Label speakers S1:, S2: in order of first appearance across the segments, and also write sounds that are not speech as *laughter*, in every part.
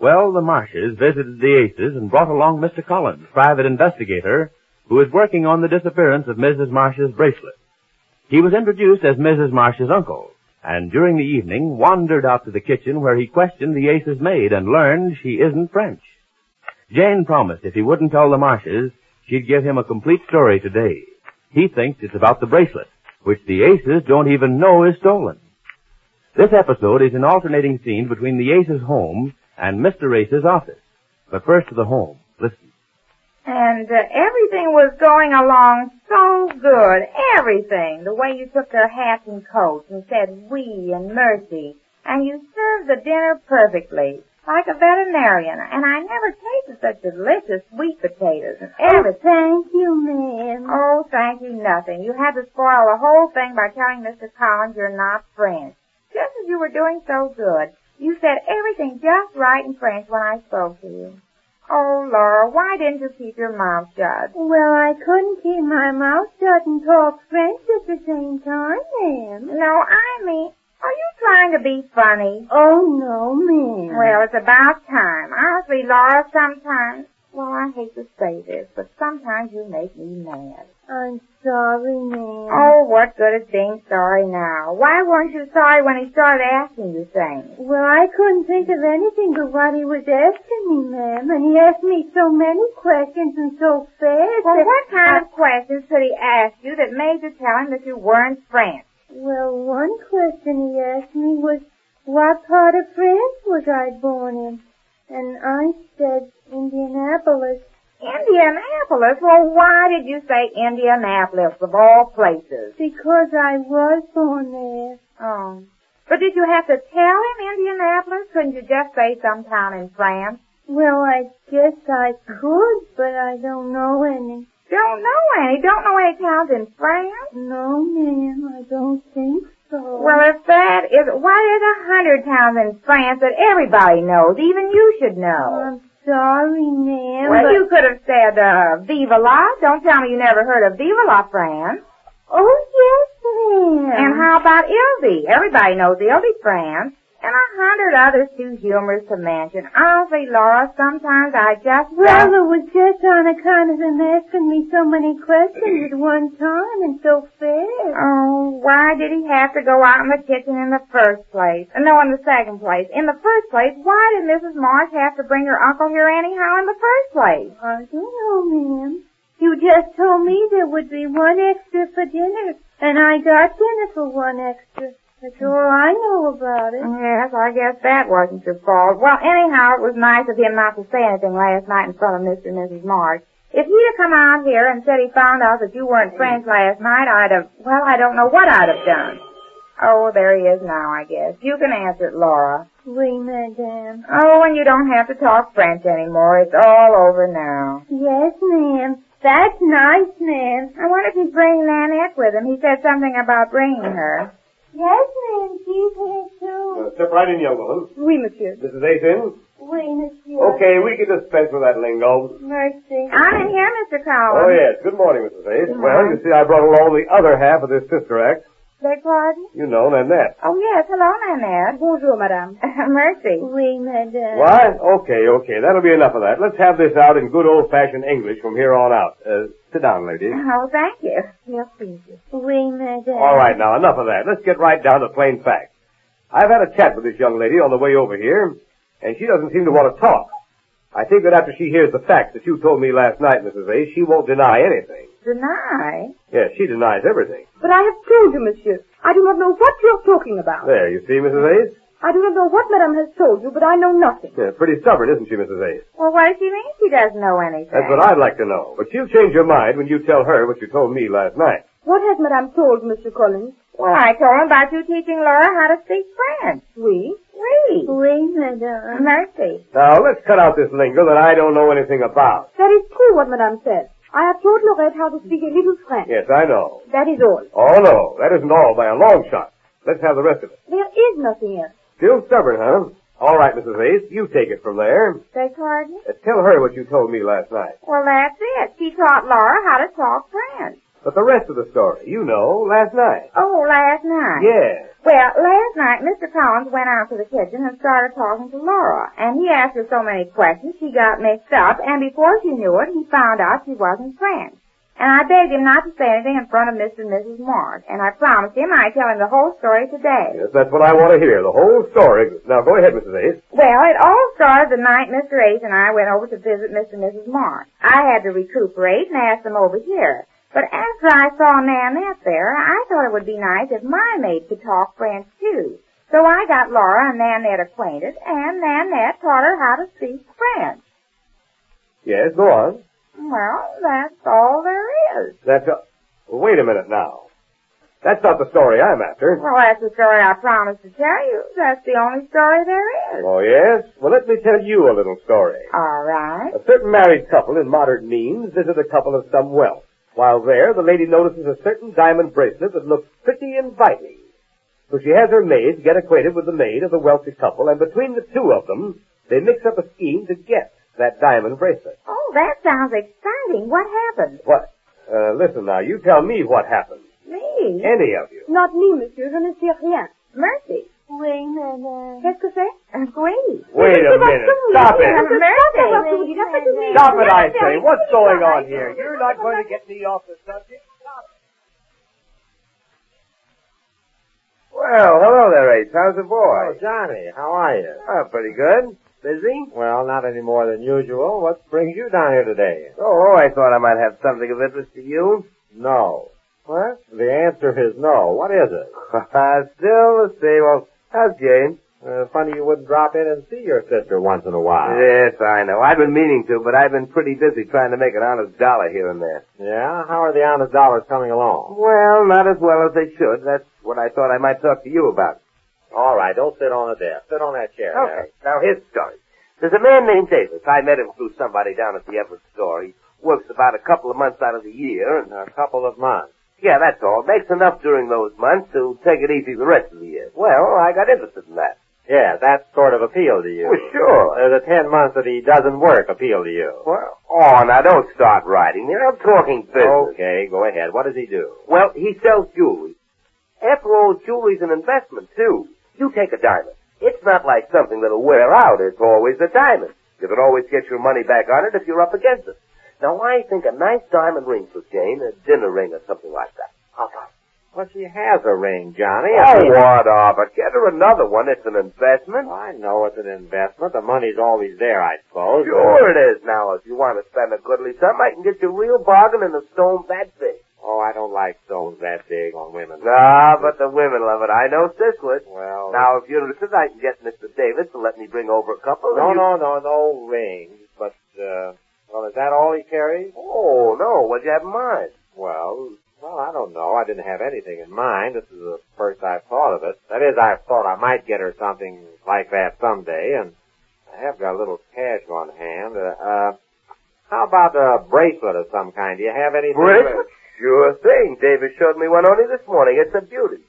S1: Well, the Marshes visited the Aces and brought along Mr. Collins, private investigator, who is working on the disappearance of Mrs. Marsh's bracelet. He was introduced as Mrs. Marsh's uncle, and during the evening wandered out to the kitchen where he questioned the Aces maid and learned she isn't French. Jane promised if he wouldn't tell the Marshes, she'd give him a complete story today. He thinks it's about the bracelet, which the Aces don't even know is stolen. This episode is an alternating scene between the Aces home and Mr. Ace's office. But first to the home. Listen.
S2: And uh, everything was going along so good. Everything. The way you took the hats and coats and said we and mercy. And you served the dinner perfectly. Like a veterinarian. And I never tasted such delicious sweet potatoes and everything.
S3: Oh, Thank you, ma'am.
S2: Oh, thank you nothing. You had to spoil the whole thing by telling Mr. Collins you're not French. Just as you were doing so good. You said everything just right in French when I spoke to you. Oh, Laura, why didn't you keep your mouth shut?
S3: Well, I couldn't keep my mouth shut and talk French at the same time, ma'am.
S2: No, I mean, are you trying to be funny?
S3: Oh, no, ma'am.
S2: Well, it's about time. Honestly, Laura, sometimes, well, I hate to say this, but sometimes you make me mad.
S3: I'm sorry, ma'am.
S2: Oh, what good is being sorry now? Why weren't you sorry when he started asking you things?
S3: Well, I couldn't think of anything but what he was asking me, ma'am, and he asked me so many questions and so fast
S2: Well,
S3: that...
S2: what kind of questions could he ask you that made you tell him that you weren't French?
S3: Well, one question he asked me was what part of France was I born in? And I said Indianapolis.
S2: Indianapolis? Well, why did you say Indianapolis of all places?
S3: Because I was born there.
S2: Oh. But did you have to tell him Indianapolis? Couldn't you just say some town in France?
S3: Well, I guess I could, but I don't know any.
S2: Don't know any. Don't know any towns in France?
S3: No, ma'am, I don't think so.
S2: Well, if that is, why there's a hundred towns in France that everybody knows. Even you should know.
S3: I'm sorry, ma'am,
S2: well,
S3: Um, but...
S2: you could have said, uh, Vive la. Don't tell me you never heard of Vive la France.
S3: Oh, yes, ma'am.
S2: And how about Ilse? Everybody knows Ilse France. And a hundred others too humorous to mention. Honestly, Laura, sometimes I just...
S3: Well, it was just on account of him asking me so many questions at one time and so fast.
S2: Oh, why did he have to go out in the kitchen in the first place? No, in the second place. In the first place, why did Mrs. Marsh have to bring her uncle here anyhow in the first place?
S3: I don't know, ma'am. You just told me there would be one extra for dinner, and I got dinner for one extra. That's all I know about it.
S2: Yes, I guess that wasn't your fault. Well, anyhow, it was nice of him not to say anything last night in front of Mr. and Mrs. Marsh. If he'd have come out here and said he found out that you weren't friends last night, I'd have, well, I don't know what I'd have done. Oh, there he is now, I guess. You can answer it, Laura.
S3: Oui, madame.
S2: Oh, and you don't have to talk French anymore. It's all over now.
S3: Yes, ma'am. That's nice, ma'am.
S2: I wonder if he's bringing Nanette with him. He said something about bringing her.
S3: Yes, ma'am. She's here, too.
S4: Uh, step right in, young woman.
S3: Oui, monsieur.
S4: This is Ace in.
S3: Oui, monsieur.
S4: Okay, we can dispense with that lingo.
S3: Mercy.
S2: I'm in here, Mr. Collins.
S4: Oh, yes. Good morning, Mrs. Ace. Well, you see, I brought along the other half of this sister act.
S2: Beg pardon?
S4: You know, Nanette.
S2: Oh, yes. Hello, Nanette. Bonjour, madame. *laughs* Mercy.
S3: Oui, madame.
S4: Why? Okay, okay. That'll be enough of that. Let's have this out in good old-fashioned English from here on out. Uh, sit down, lady.
S2: Oh, thank you. Yes, please.
S3: Oui, madame.
S4: All right, now, enough of that. Let's get right down to plain facts. I've had a chat with this young lady on the way over here, and she doesn't seem to want to talk. I think that after she hears the facts that you told me last night, Mrs. Ace, she won't deny anything.
S2: Deny?
S4: Yes, she denies everything.
S5: But I have told you, monsieur. I do not know what you're talking about.
S4: There, you see, Mrs. Ace?
S5: I do not know what Madame has told you, but I know nothing.
S4: Yeah, pretty stubborn, isn't she, Mrs. Ace?
S2: Well, what does she mean she doesn't know anything?
S4: That's what I'd like to know. But she'll change your mind when you tell her what you told me last night.
S5: What has Madame told Monsieur Collins?
S2: Well, I told him about you teaching Laura how to speak French.
S5: We?
S2: Oui.
S3: Oui, madame.
S2: Mercy.
S4: Now, let's cut out this lingo that I don't know anything about.
S5: That is true what Madame said. I have told Laurette how to speak a little French.
S4: Yes, I know.
S5: That is all.
S4: Oh, no, that isn't all by a long shot. Let's have the rest of it.
S5: There is nothing else.
S4: Still stubborn, huh? All right, Mrs. Ace, you take it from there.
S2: Beg pardon?
S4: Uh, tell her what you told me last night.
S2: Well, that's it. She taught Laura how to talk French.
S6: But the rest of the story, you know, last night.
S2: Oh, last night.
S6: Yes.
S2: Well, last night Mr. Collins went out to the kitchen and started talking to Laura, and he asked her so many questions she got mixed up, and before she knew it, he found out she wasn't French. And I begged him not to say anything in front of Mr. and Mrs. Marsh, and I promised him I'd tell him the whole story today.
S6: Yes, that's what I want to hear, the whole story. Now go ahead, Mrs. Ace.
S2: Well, it all started the night Mr. Ace and I went over to visit Mr. and Mrs. Marsh. I had to recuperate and ask them over here. But after I saw Nanette there, I thought it would be nice if my maid could talk French too. So I got Laura and Nanette acquainted, and Nanette taught her how to speak French.
S6: Yes, go on.
S2: Well, that's all there is.
S6: That's a... Wait a minute now. That's not the story I'm after.
S2: Well, that's the story I promised to tell you. That's the only story there is.
S6: Oh, yes? Well, let me tell you a little story.
S2: All right.
S6: A certain married couple in moderate means visit a couple of some wealth. While there, the lady notices a certain diamond bracelet that looks pretty inviting. So she has her maid get acquainted with the maid of the wealthy couple, and between the two of them, they mix up a scheme to get that diamond bracelet.
S2: Oh, that sounds exciting. What happened?
S6: What? Uh, listen now, you tell me what happened.
S2: Me?
S6: Any of you.
S3: Not me, monsieur. Je ne sais rien.
S2: Mercy.
S7: Oui, madame.
S3: Qu'est-ce que c'est?
S2: Great.
S6: Wait a minute. Stop it.
S3: Mercy. That's what you mean.
S6: Stop it, I say. What's going on here? You're not going to get me off the subject. Stop it.
S8: Well, hello there, Ace. How's the
S4: Oh,
S8: boy?
S4: Johnny, how are you?
S8: Oh, pretty good. Busy?
S4: Well, not any more than usual. What brings you down here today?
S8: Oh, I thought I might have something of interest to you.
S4: No. What? Ah, The answer is no. What is *laughs* it?
S8: Still the same old house game.
S4: Uh, funny you wouldn't drop in and see your sister once in a while.
S8: Yes, I know. I've been meaning to, but I've been pretty busy trying to make an honest dollar here and there.
S4: Yeah? How are the honest dollars coming along?
S8: Well, not as well as they should. That's what I thought I might talk to you about.
S4: All right, don't sit on the desk. Sit on that chair.
S8: Okay, now here's the story. There's a man named Davis. I met him through somebody down at the Everett store. He works about a couple of months out of the year, and uh,
S4: There. A couple of months.
S8: yeah, that's all. Makes enough during those months to take it easy the rest of the year. Well, I got interested in that.
S4: Yeah, that sort of appeal to you.
S8: Well, sure.
S4: Uh, the ten months that he doesn't work appeal to you.
S8: Well, oh, now don't start writing me. I'm talking business.
S4: Okay, go ahead. What does he do?
S8: Well, he sells jewelry. After all, jewelry's an investment, too. You take a diamond. It's not like something that'll wear out. It's always a diamond. You can always get your money back on it if you're up against it. Now, I think a nice diamond ring for Jane, a dinner ring or something like that. I'll buy it.
S4: Well, she has a ring, Johnny.
S8: Oh, what of it? Get her another one. It's an investment.
S4: I know it's an investment. The money's always there, I suppose.
S8: Sure it is. Now, if you want to spend a goodly sum, I can get you a real bargain and a stone that big.
S4: Oh, I don't like stones that big on women.
S8: Ah, but the women love it. I know Siswood.
S4: Well,
S8: Now, if you're interested, I can get Mr. Davis to let me bring over a couple. and
S4: no,
S8: you-
S4: no, no, no rings. But uh, well, is that all he carries?
S8: Oh, no. What'd you have in mind?
S4: Well, well, I don't know. I didn't have anything in mind. This is the first I've thought of it. That is, I've thought I might get her something like that someday, and I have got a little cash on hand. Uh, uh how about a bracelet of some kind? Do you have anything?
S8: Bracelet? Sure thing. Davis showed me one only this morning. It's a beauty.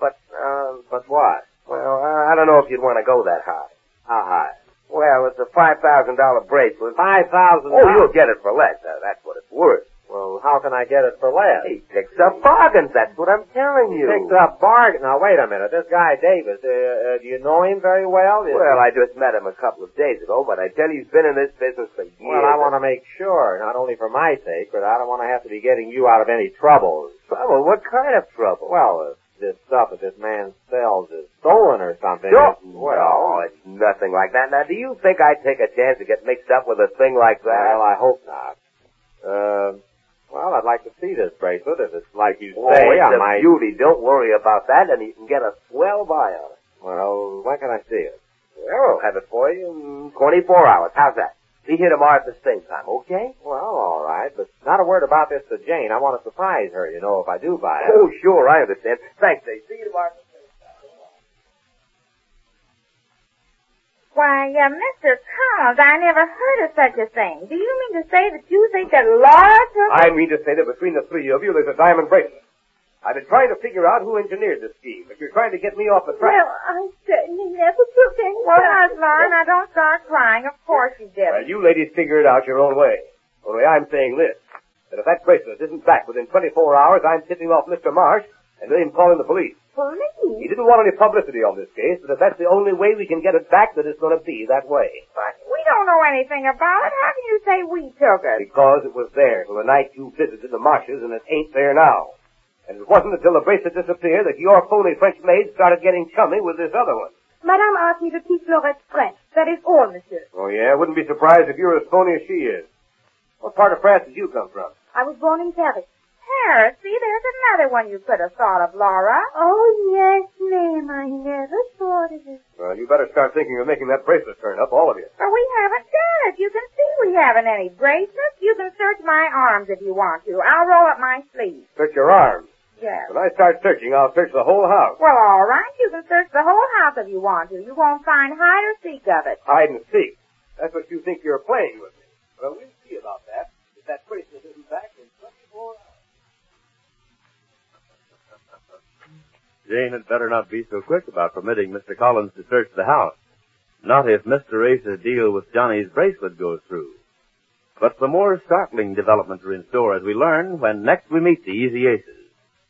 S8: But, uh,
S4: But what?
S8: well, I I don't know if you'd want to go that high.
S4: How high?
S8: Well, it's a $5,000 bracelet.
S4: Five thousand.
S8: Oh, you'll get it for less. Uh, that's what it's worth.
S4: Well, how can I get it for less?
S8: He picks up bargains. That's what I'm telling you.
S4: Picked up bargain. Now wait a minute. This guy Davis. Uh, uh, do you know him very well? Is-
S8: Well, I just met him a couple of days ago, but I tell you, he's been in this business for years.
S4: Well, I want to make sure, not only for my sake, but I don't want to have to be getting you out of any trouble.
S8: trouble. What kind of trouble?
S4: Well, if this stuff that this man sells is stolen or something.
S8: Don't.
S4: it's-
S8: Well,
S4: Well,
S8: it's nothing like that. Now, do you think I'd take a chance to get mixed up with a thing like that?
S4: well, I hope not. Uh, well, I'd like to see this bracelet if it's like you
S8: oh,
S4: say.
S8: it's
S4: I
S8: a
S4: might.
S8: beauty. Don't worry about that, and you can get a swell buy on it.
S4: Well, when can I see it?
S8: Well, I'll have it for you in 24 hours. How's that? Be here tomorrow at the same time, okay?
S4: Well, all right, but not a word about this to Jane. I want to surprise her, you know, if I do buy it.
S8: Oh, sure, I understand. Thanks, Dave. See you tomorrow.
S2: Why, uh, Mr. Collins, I never heard of such a thing. Do you mean to say that you think that Laura took
S6: I mean to say that between the three of you, there's a diamond bracelet. I've been trying to figure out who engineered this scheme, but you're trying to get me off the track.
S7: Well, I certainly never took any
S2: Well,
S7: time.
S2: now, Laura, now don't start crying. Of course you did.
S6: Well, you ladies figure it out your own way. Only I'm saying this.
S8: that if that bracelet isn't back within 24 hours, I'm tipping off Mr. Marsh and then calling the police. He
S9: Police?
S8: didn't want any publicity on this case, but if that's the only way we can get it back, then it's going to be that way.
S2: But we don't know anything about it. How can you say we took it?
S8: Because it was there till the night you visited the marshes, and it ain't there now. And it wasn't until the bracelet disappeared that your phony French maid started getting chummy with this other one.
S9: Madame asked me to teach Lorette French. That is all, monsieur.
S8: Oh, yeah? Wouldn't be surprised if you're as phony as she is. What part of France did you come from?
S9: I was born in Paris.
S2: Here, see, there's another one you could have thought of, Laura.
S3: Oh, yes, ma'am, I never thought of it.
S8: Well, you better start thinking of making that bracelet turn up, all of you.
S2: But we haven't done it. You can see we haven't any bracelets. You can search my arms if you want to. I'll roll up my sleeves.
S8: Search your arms.
S2: Yes.
S8: When I start searching, I'll search the whole house.
S2: Well, all right. You can search the whole house if you want to. You won't find hide or seek of it.
S8: Hide and seek. That's what you think you're playing with me. Well, we'll see about that. If that bracelet isn't back in 24 hours.
S1: Jane had better not be so quick about permitting Mr. Collins to search the house. Not if Mr. Ace's deal with Johnny's bracelet goes through. But some more startling developments are in store as we learn when next we meet the Easy Aces.